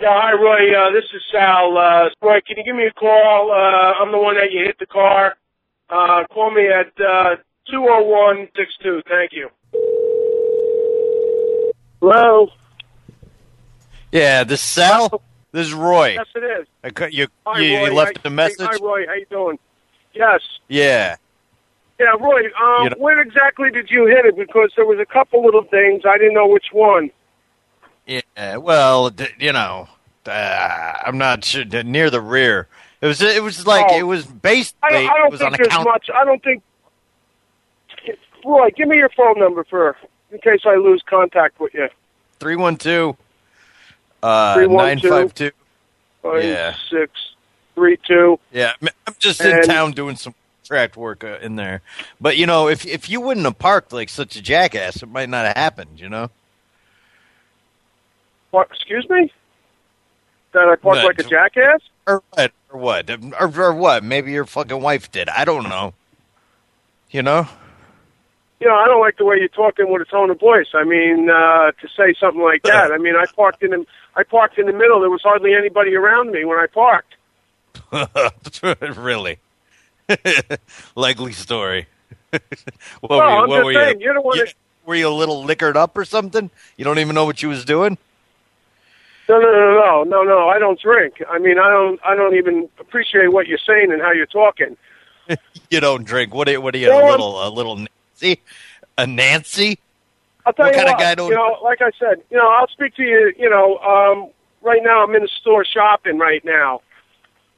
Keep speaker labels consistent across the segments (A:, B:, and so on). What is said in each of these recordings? A: Yeah, hi Roy. Uh, this is Sal. Uh, Roy, can you give me a call? Uh, I'm the one that you hit the car. Uh, call me at uh, 20162. Thank you. Hello.
B: Yeah, this is Sal. This is Roy.
A: Yes, it is.
B: I cut- You,
A: Hi,
B: you,
A: Roy.
B: you left
A: Hi-
B: a message?
A: Hi, Roy. How you doing? Yes.
B: Yeah.
A: Yeah, Roy. Um,
B: You know-
A: where exactly did you hit it? Because there was a couple little things I didn't know which one.
B: Yeah. Well, d- you know, uh, I'm not sure. d- Near the rear. It was It was like,
A: Oh.
B: it was basically,
A: I, I
B: it
A: don't
B: was
A: think
B: on
A: there's
B: account.
A: much. I don't think. Roy, give me your phone number for in case I lose contact with you.
B: 312 uh,
A: 312.
B: 952.
A: Five,
B: Yeah.
A: six, three, two.
B: Yeah, I'm- I'm just in
A: And-
B: town doing some contract work uh, in there. But you know, if if you wouldn't have parked like such a jackass, it might not have happened. You know,
A: What, excuse me? That I park
B: No,
A: like a
B: it's-
A: jackass?
B: or what, or what, or, or what? Maybe your fucking wife did. I don't know. You know?
A: You know, I don't like the way you're talking with a tone of voice. I mean, uh, to say something like that. I mean, I parked in the I parked in the middle. There was hardly anybody around me when I parked.
B: really? Likely story. what
A: Well, I'm
B: what
A: just
B: were
A: saying,
B: Oh, you?
A: you're the one
B: you-
A: that-
B: were you a little liquored up or something? You don't even know what you was doing.
A: No, no, no, no, no, no. I don't drink. I mean, I don't. I don't even appreciate what you're saying and how you're talking.
B: You don't drink. What are you? What are you?
A: Well,
B: A
A: I'm-
B: little, a little Nancy, a Nancy.
A: I'll tell
B: What
A: you
B: kind of
A: what,
B: guy don't-
A: you know, like I said, you know, I'll speak to you, you know, um, right now I'm in the store shopping right now.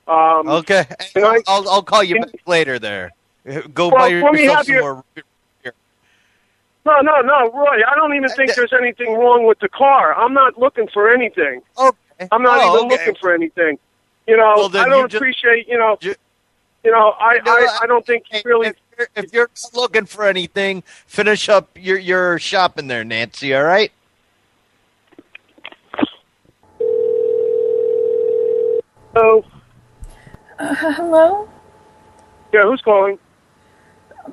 A: Um,
B: Okay.
A: Can I-
B: I'll I'll call you
A: can-
B: back later there. Go
A: Well,
B: buy
A: let me
B: yourself
A: have
B: some
A: your-
B: more.
A: No, no, no, Roy, I don't even think there's anything wrong with the car. I'm not looking for anything.
B: Okay.
A: I'm not
B: Oh,
A: even
B: okay.
A: looking for anything. You know,
B: Well, then
A: I don't
B: you just-
A: appreciate, you know,
B: you-
A: you, know, I,
B: No,
A: I, I don't think you
B: Hey,
A: really,
B: If you're, if you're not looking for anything, finish up your your shopping there, Nancy. All right.
A: oh,
C: Uh, hello?
A: yeah, who's calling?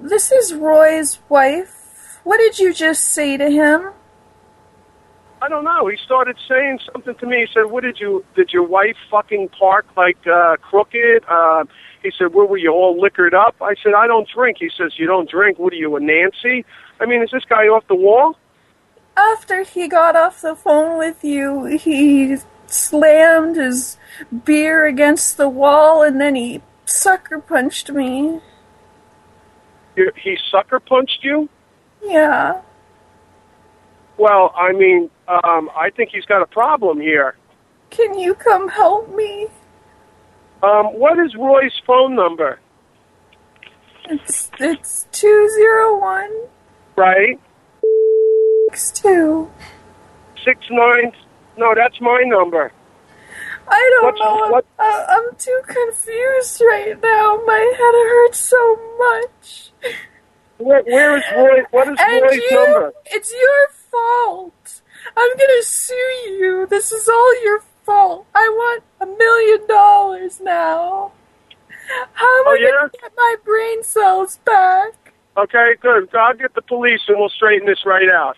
C: This is Roy's wife. What did you just say to him?
A: I don't know. He started saying something to me. He said, "What did you? Did your wife fucking park like uh, crooked?" Uh, he said, "Where were you all liquored up?" I said, "I don't drink." He says, "You don't drink? What are you, a Nancy?" I mean, is this guy off the wall?
C: After he got off the phone with you, he slammed his beer against the wall and then he sucker punched me.
A: You- He sucker punched you.
C: Yeah.
A: Well, I mean, um, I think he's got a problem here.
C: Can you come help me?
A: Um, what is Roy's phone number?
C: It's it's two zero one
A: Right,
C: six two.
A: six nine. No, that's my number.
C: I don't
A: What's-
C: know. I'm-
A: what-
C: I, I'm too confused right now. My head hurts so much.
A: Where, where is Roy? What is
C: And
A: Roy's
C: you,
A: number?
C: it's your fault. I'm gonna sue you. This is all your fault. I want a million dollars now. How am
A: Oh,
C: I gonna
A: yeah?
C: get my brain cells back?
A: Okay, good. I'll get the police and we'll straighten this right out.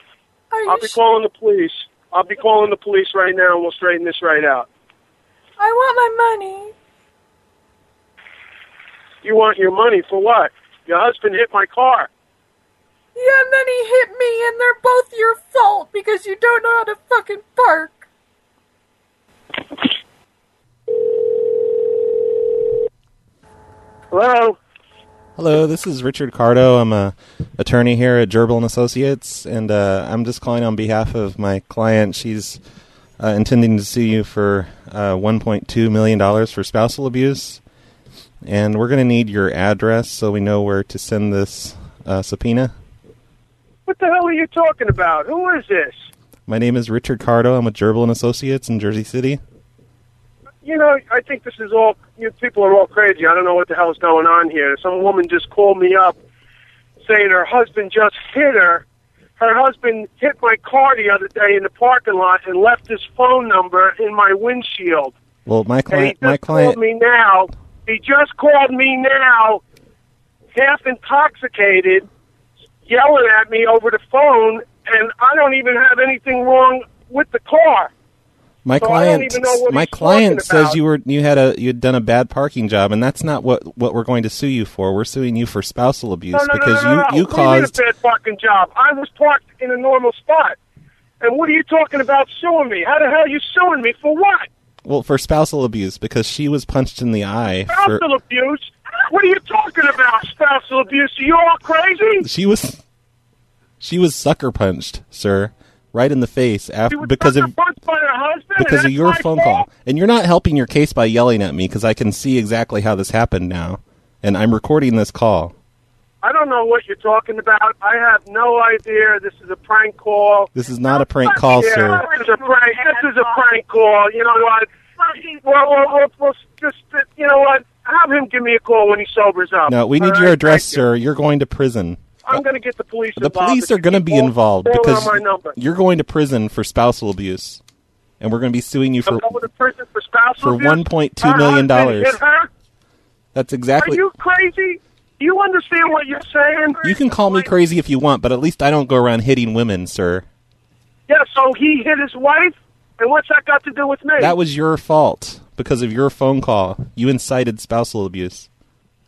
C: Are you
A: I'll be
C: sh-
A: calling the police. I'll be calling the police right now, and we'll straighten this right out.
C: I want my money.
A: You want your money for what? Your husband hit my car.
C: Yeah, and then he hit me, and they're both your fault because you don't know how to fucking park.
A: Hello.
D: Hello, this is Richard Cardo. I'm a attorney here at Gerbil and Associates, and uh, I'm just calling on behalf of my client. She's uh, intending to sue you for uh, 1.2 million dollars for spousal abuse, and we're going to need your address so we know where to send this uh, subpoena.
A: What the hell are you talking about? Who is this?
D: My name is Richard Cardo. I'm with Gerbil and Associates in Jersey City.
A: You know, I think this is all. You people are all crazy. I don't know what the hell's going on here. Some woman just called me up, saying her husband just hit her. Her husband hit my car the other day in the parking lot and left his phone number in my windshield.
D: Well, my
A: And he
D: client,
A: just
D: my client,
A: called me now. He just called me now, half intoxicated, yelling at me over the phone, and I don't even have anything wrong with the car.
D: My
A: So I don't
D: client,
A: even know what
D: my
A: he's
D: client
A: talking about.
D: says you were you had a you had done a bad parking job, and that's not what what we're going to sue you for. We're suing you for spousal abuse
A: No, no, no,
D: because
A: no, no, no.
D: you you
A: We did
D: caused
A: a bad fucking job. I was parked in a normal spot. And what are you talking about suing me? How the hell are you suing me for what?
D: well for spousal abuse because she was punched in the eye for
A: Spousal abuse? What are you talking about? Spousal abuse? Are you all crazy?
D: she was she was sucker punched, sir, right in the face
A: She
D: after
A: was
D: because of
A: punched by her husband. and
D: because of
A: that's
D: your
A: my
D: phone
A: fault?
D: call. And you're not helping your case by yelling at me because I can see exactly how this happened now, and I'm recording this call.
A: I don't know what you're talking about. I have no idea. This is a prank call.
D: This is not a prank call,
A: yeah,
D: sir.
A: This is a prank. This is a prank call. You know what? Well, well, well, well, just you know what? Have him give me a call when he sobers up.
D: No, we
A: All
D: need
A: right?
D: your address,
A: Thank you.
D: sir. You're going to prison.
A: I'm going to get the police.
D: The
A: involved.
D: police
A: If
D: are
A: you
D: going to
A: keep
D: be
A: calling-
D: involved
A: calling
D: because
A: on my number.
D: you're going to prison for spousal abuse, and we're going to be suing you
A: I'm
D: for.
A: going to prison for spousal
D: for
A: abuse.
D: $1.2
A: Her
D: million
A: husband hit her?
D: That's
A: Are
D: exactly.
A: you crazy? Do you understand what you're saying?
D: You can call me crazy if you want, but at least I don't go around hitting women, sir.
A: Yeah. So he hit his wife, and what's that got to do with me?
D: That was your fault because of your phone call. You incited spousal abuse,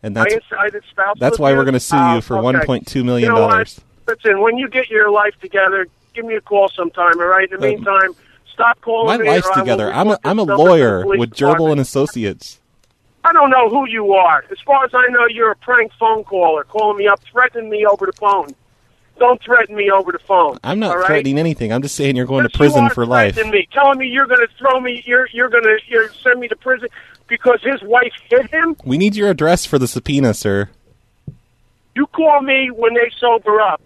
D: and that's
A: I incited spousal
D: that's why
A: abuse?
D: we're gonna sue you
A: Oh,
D: for
A: okay.
D: $1.2 million
A: You know what? Listen, when you get your life together, give me a call sometime. All right. In the
D: Um,
A: meantime, stop calling
D: my
A: me.
D: life's
A: or I will
D: together. I'm a
A: report
D: I'm a
A: this number to the
D: lawyer
A: police
D: with Gerbil
A: department.
D: and Associates.
A: I don't know who you are. As far as I know, you're a prank phone caller, calling me up, threatening me over the phone. Don't threaten me over the phone.
D: I'm not
A: all right?
D: threatening anything. I'm just saying you're going
A: Yes,
D: to prison
A: you are
D: for life.
A: threatening Me, telling me you're going to throw me, you're you're going to you're send me to prison because his wife hit him.
D: We need your address for the subpoena, sir.
A: You call me when they sober up.